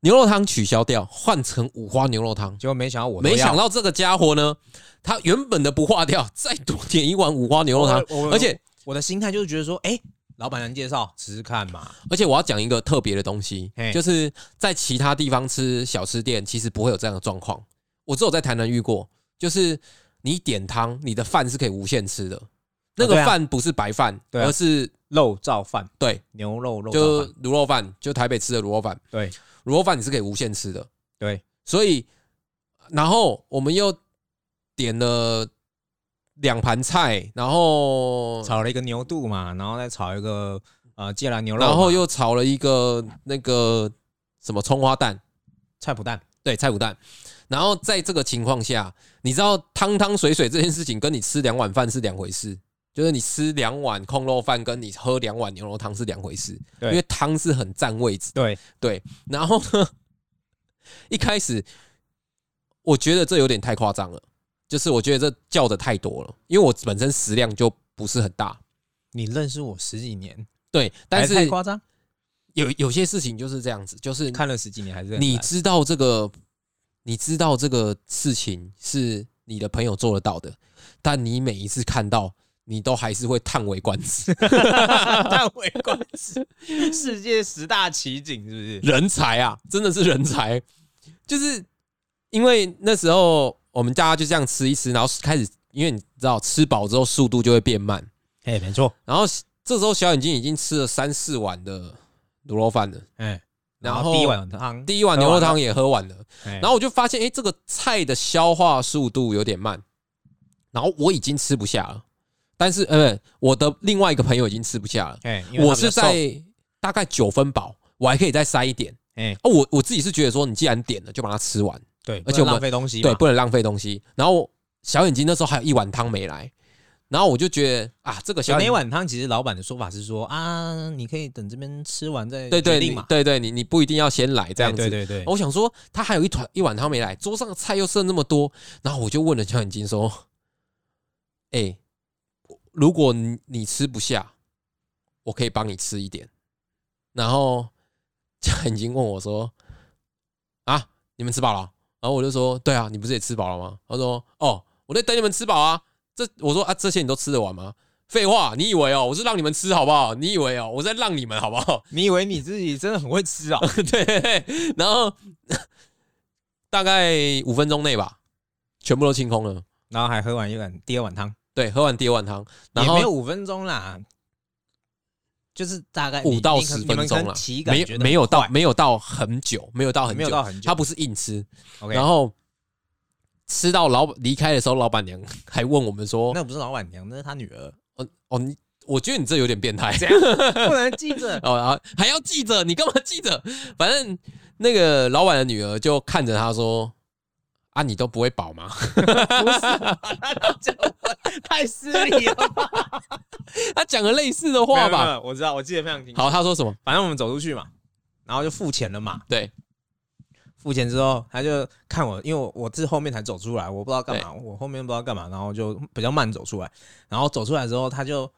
牛肉汤取消掉，换成五花牛肉汤。
结果没想到我
没想
到
到这个家伙呢，他原本的不化掉，再多点一碗五花牛肉汤。
哦我，我
而且
我的心态就是觉得说，哎、老板娘介绍吃吃看嘛，
而且我要讲一个特别的东西
嘿，
就是在其他地方吃小吃店，其实不会有这样的状况。我只有在台南遇过，就是你点汤，你的饭是可以无限吃的，那个
对啊
饭不是白饭，
对啊
而是
肉燥饭，
对，
牛肉肉
就
燥饭，
卤肉饭，就台北吃的卤肉饭，
对
卤肉饭你是可以无限吃的。
对，
所以然后我们又点了两盘菜，然后
炒了一个牛肚嘛，然后再炒一个呃芥兰牛肉嘛，
然后又炒了一个那个什么葱花蛋，
菜脯蛋，
对，菜脯蛋。然后在这个情况下，你知道汤汤水水这件事情跟你吃两碗饭是两回事，就是你吃两碗控肉饭跟你喝两碗牛肉汤是两回事，因
对
为汤是很占位置。
对，
然后呢， 一开始我觉得这有点太夸张了，就是我觉得这叫的太多了，因为我本身食量就不是很大，
你认识我十几年，
对，但
还
是
太夸张，
有有些事情就是这样子，就是
看了十几年还是很
你
难
知道这个，你知道这个事情是你的朋友做得到的，但你每一次看到你都还是会叹为观止，
叹为观止，世界十大奇景是不 是？
人才啊，真的是人才。就是因为那时候我们大家就这样吃一吃，然后开始，因为你知道吃饱之后速度就会变慢，
哎，没错，
然后这时候小眼睛已经吃了三四碗的卤肉饭了，
哎，
然
然
后
后第一碗汤，
第一碗牛肉汤也喝完了，
然
然后我就发现，哎、这个菜的消化速度有点慢，然后我已经吃不下了，但是呃，不我的另外一个朋友已经吃不下了，
哎，因为
我
他比
是
较
在大概九分饱，我还可以再塞一点。
哎
哦，我我自己是觉得说，你既然点了，就把它吃完，
对，
而且我
不能
们
浪费东西嘛，
对，不能浪费东西。然后小眼睛那时候还有一碗汤没来，然后我就觉得啊，这个小
小
眼
那碗汤，其实老板的说法是说啊，你可以等这边吃完再
对对
决定
你
嘛，哎
对对，你你不一定要先来这样子
对。对对，对
我想说，他还有一团一碗汤没来，桌上的菜又剩那么多，然后我就问了小眼睛说：“哎、如果你你吃不下，我可以帮你吃一点。”然后小眼睛问我说：“啊，你们吃饱了？”然后我就说：“对啊，你不是也吃饱了吗？”他说：“哦，我在等你们吃饱啊。这”我说：“啊，这些你都吃得完吗？”废话，你以为哦，我是让你们吃好不好？你以为哦，我在让你们好不好？
你以为你自己真的很会吃啊？
对对，对然后大概五分钟内吧，全部都清空了。
然后还喝完一碗第二碗汤，
对，喝完第二碗汤，然
也没有
后
五分钟啦，就是大概
五
你
到
你可
十
你
分
们可
钟
能
了
体，感
没
觉
有
得
没有
很
到
快
没有到很久，没有到很
没有
久
到，很久，
它不是硬吃。
OK，
然后吃到老离开的时候，老板娘 还问我们说
那不是老板娘，那是他女 儿，：“
哦，你我觉得你这有点变态。”
不能记着
。哦，然后还要记着，你干嘛记着？反正那个老板的女儿就看着他说：“啊，你都不会饱吗？”
太失礼了 吧？
他讲了类似的话吧。，
我知道，我记得非常清楚。
好，他说什么？
反正我们走出去嘛，然后就付钱了嘛。
对，
付钱之后，他就看我，因为我我自后面才走出来，我不知道干嘛，我后面不知道干嘛，然后就比较慢走出来。然后走出来之后，他就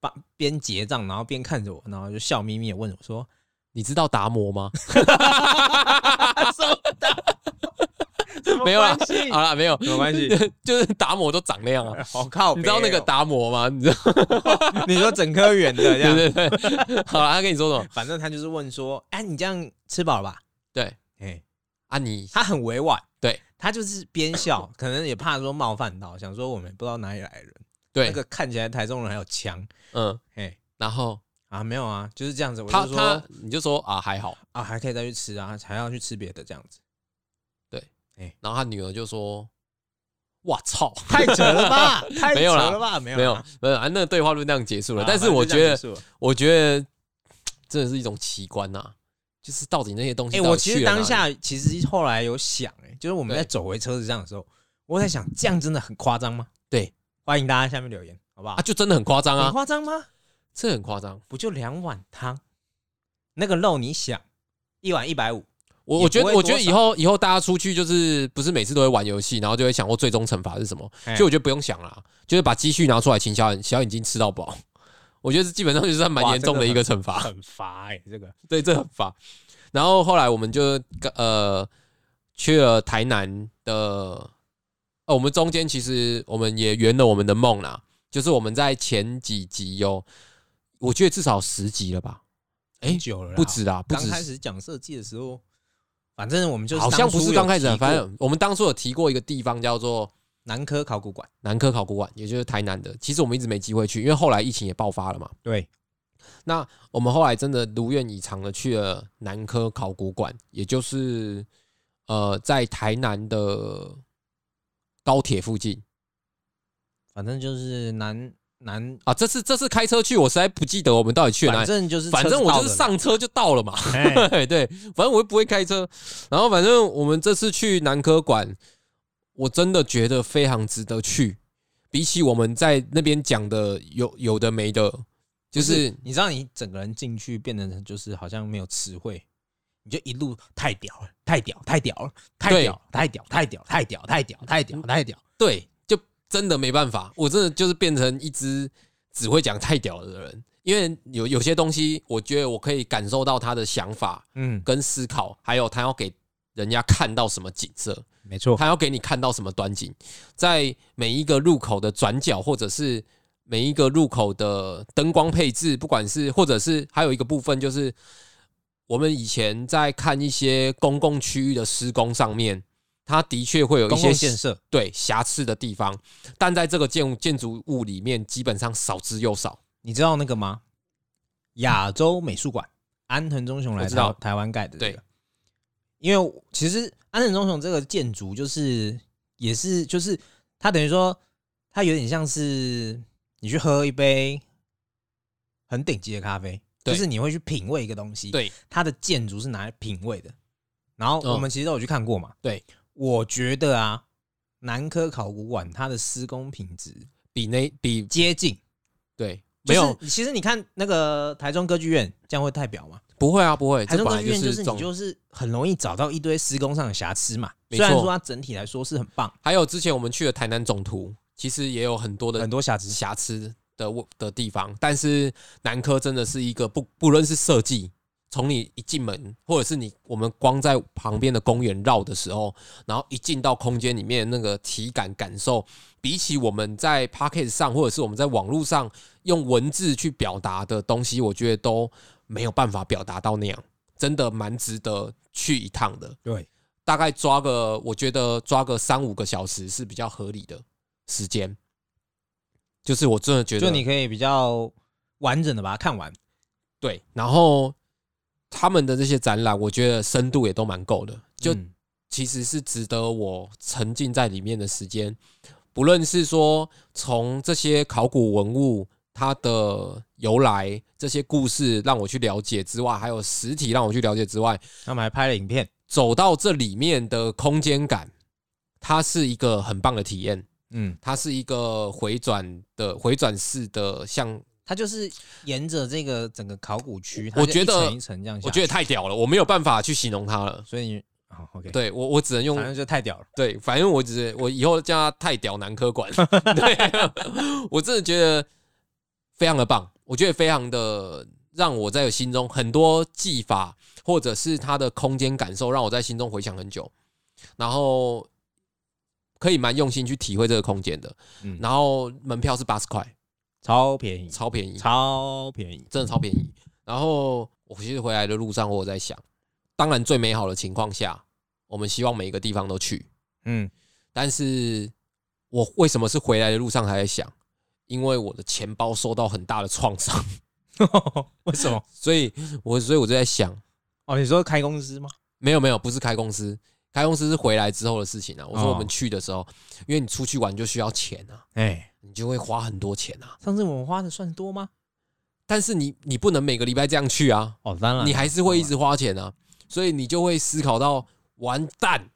把边结账，然后边看着我，然后就笑眯眯的问我说
你知道达摩吗？：“
什么的？
没有啦
关系，
好啦，没有，
什么关系？
就是达摩都长那样啊。
嗯 好靠
你
北
知
哦！
道那个达摩吗？你知道？
你说整颗圆的这
对
样，
对对。好啦，他跟你说什么？
反正他就是问说：“哎，你这样吃饱了吧
对？”
哎，
啊，你
他很委婉，
对
他就是边笑，可能也怕说冒犯到，想说我们不知道哪里来的人，那
对，
个看起来台中人还有枪，
嗯，
哎
然后
啊没有啊，就是这样子。我
他
就
他
说
你就说啊还好，
啊，还可以再去吃啊，还要去吃别的这样子，
然后他女儿就说：“哇操，
太扯了 吧，太
没有
扯
啦
了吧，没有
没有
啦
没有啊，那个对话就那样结束了。
啊
但是
反正
我
就这
觉
样
得，
结束了
我觉得真的是一种奇观呐，就是到底那些东西
哎，
到底
我其
去
实
了哪
当
里啊
下其实后来有想，哎，就是我们在走回车子上的时候，我在想这样真的很夸张吗？
对，
欢迎大家下面留言，好不好
啊，？就真的很夸张
很
啊，
夸张吗？
这很夸张。
不就两碗汤，那个肉你想一碗一百五，
我
也
我觉
不
得，
会
我觉得
多
以
少
后以后大家出去就是不是每次都会玩游戏，然后就会想过最终惩罚是什么？
哎
所以我觉得不用想啦，就是把积蓄拿出来请小眼小眼睛吃到饱。我觉得这基本上就是算蛮
哇
严重
这
的
个
一个惩罚，
很乏哎、这个
对，这很罚。然后后来我们就呃去了台南的，呃，我们中间其实我们也圆了我们的梦啦，就是我们在前几集有，我觉得至少十集了吧，哎
很久了啦
不止啦，不
啊刚
止
开始讲设计的时候，反正我们就是
好像不是刚开始
当
啊，
初有提过
反正我们当初有提过一个地方叫做
南科考古馆
南科考古馆，也就是台南的。其实我们一直没机会去，因为后来疫情也爆发了嘛。
对
那我们后来真的如愿以偿的去了南科考古馆，也就是呃在台南的高铁附近
反正就是南南，
啊。这次这次开车去，我实在不记得我们到底去了哪
反
里。
正就是
反正我就是
车
上车就到了嘛。
子到了啦，哎
对对，反正我又不会开车。然后反正我们这次去南科馆，我真的觉得非常值得去。比起我们在那边讲的有有的没的，就
就是你知道你整个人进去变得就是好像没有词汇。你就一路太屌了，太屌，太屌了，太
对
屌，太屌，太屌，太屌，太屌，太屌，太屌。
对，就真的没办法，我真的就是变成一只只会讲太屌的人。因为有有些东西，我觉得我可以感受到他的想法
嗯，
跟思考，还有他要给人家看到什么景色。
没错。
他要给你看到什么端景，在每一个路口的转角或者是每一个入口的灯光配置，不管是或者是还有一个部分就是，我们以前在看一些公共区域的施工上面，它的确会有一
公
些
共建设，
对瑕疵的地方，但在这个建建筑物里面，基本上少之又少。
你知道那个吗？亚洲美术馆，安藤忠雄来
我知道
到台湾盖的、这个
对，
因为我其实安藤忠雄这个建筑就是也是就是它等于说它有点像是你去喝一杯很顶级的咖啡，
对
就是你会去品味一个东西，
对，
它的建筑是拿来品味的。然后
嗯
我们其实都有去看过嘛，
对，
我觉得啊，南科考古馆它的施工品质
比那比
接近。
对没
没
有、
有，其实你看那个台中歌剧院，这样会太表嘛？
不会啊，不会，
台
这
中
本
歌
来
剧院
是
是
这
你
种。
就是很容易找到一堆施工上的瑕疵嘛。
没
虽
错
然说它整体来说是很棒，
还有之前我们去的台南总图，其实也有很多的
很多瑕疵，
瑕疵的问的地方，但是南科真的是一个不不论是设计，从你一进门，或者是你我们光在旁边的公园绕的时候，然后一进到空间里面那个体感感受，比起我们在 p o c k e t 上或者是我们在网络上用文字去表达的东西，我觉得都没有办法表达到那样，真的蛮值得去一趟的。
对，
大概抓个，我觉得抓个三五个小时是比较合理的时间。就是我真的觉得，
就你可以比较完整的把它看完。
对，然后他们的这些展览，我觉得深度也都蛮够的，就
嗯
其实是值得我沉浸在里面的时间。不论是说从这些考古文物它的由来、这些故事让我去了解之外，还有实体让我去了解之外，
他们还拍了影片，
走到这里面的空间感，它是一个很棒的体验。
嗯，
它是一个回转的回转式的，像
它就是沿着这个整个考古区，
我觉得
它就一层一层这样下去，
我觉得太屌了，我没有办法去形容它了。
所以你好 OK，，
对我，我只能
反
用
正就太屌了。
对，反正我只是我以后叫它太屌男科 馆。对，我真的觉得非常的棒，我觉得非常的让我在心中很多技法或者是它的空间感受，让我在心中回想很久，然后可以蛮用心去体会这个空间的。
嗯
然后门票是八十块，
超便宜，
超便宜，
超便宜，
真的超便宜。然后我其实回来的路上，我有在想，当然最美好的情况下，我们希望每一个地方都去。
嗯，
但是我为什么是回来的路上还在想？因为我的钱包受到很大的创伤，
为什么？
所以我所以我就在想，
哦，你说开公司吗？
没有没有，不是开公司，开公司是回来之后的事情啊。我说
哦
我们去的时候，因为你出去玩就需要钱啊，
哎，
你就会花很多钱啊。
上次我们花的算多吗？
但是你你不能每个礼拜这样去啊，
哦，当
你还是会一直花钱啊，所以你就会思考到，完蛋，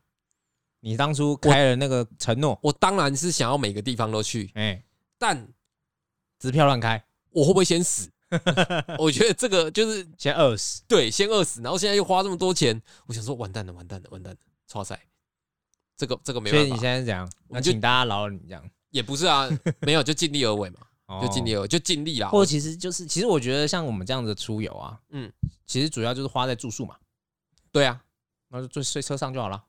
你当初开了那个承诺，
我当然是想要每个地方都去，
哎、
但
支票乱开，
我会不会先死？我觉得这个就是
先二十，
对，先饿死，然后现在又花这么多钱，我想说完蛋了，完蛋了，完蛋了，超赛，这个这个没
所以你
办
现
法，
在是怎样？
我
那
们就
请大家饶了你这样，
也不是啊，没有就尽力而为嘛，就尽力
哦。
而为，就尽力啦。
或者其实就是，其实我觉得像我们这样的出游啊，
嗯
嗯，其实主要就是花在住宿嘛，
对啊，
那就睡睡车上就 好了。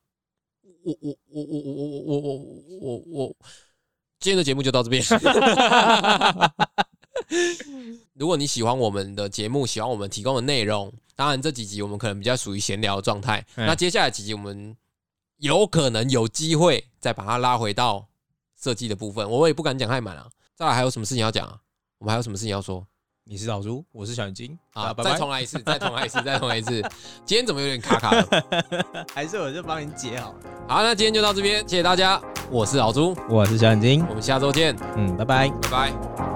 我我我我我我我我我我，今天的节目就到这边。如果你喜欢我们的节目，喜欢我们提供的内容，当然这几集我们可能比较属于闲聊的状态。
嗯
那接下来几集我们有可能有机会再把它拉回到设计的部分，我也不敢讲太满啊。再来还有什么事情要讲啊？我们还有什么事情要说
你是老朱，我是小眼睛
啊？
拜
再
拜。
重来一 次，再重来一次，再重来一次。今天怎么有点卡卡的？
还是我就帮你解好了。
好，那今天就到这边，谢谢大家，我是老朱，
我是小眼睛，
我们下周见，
嗯，拜拜。
拜拜。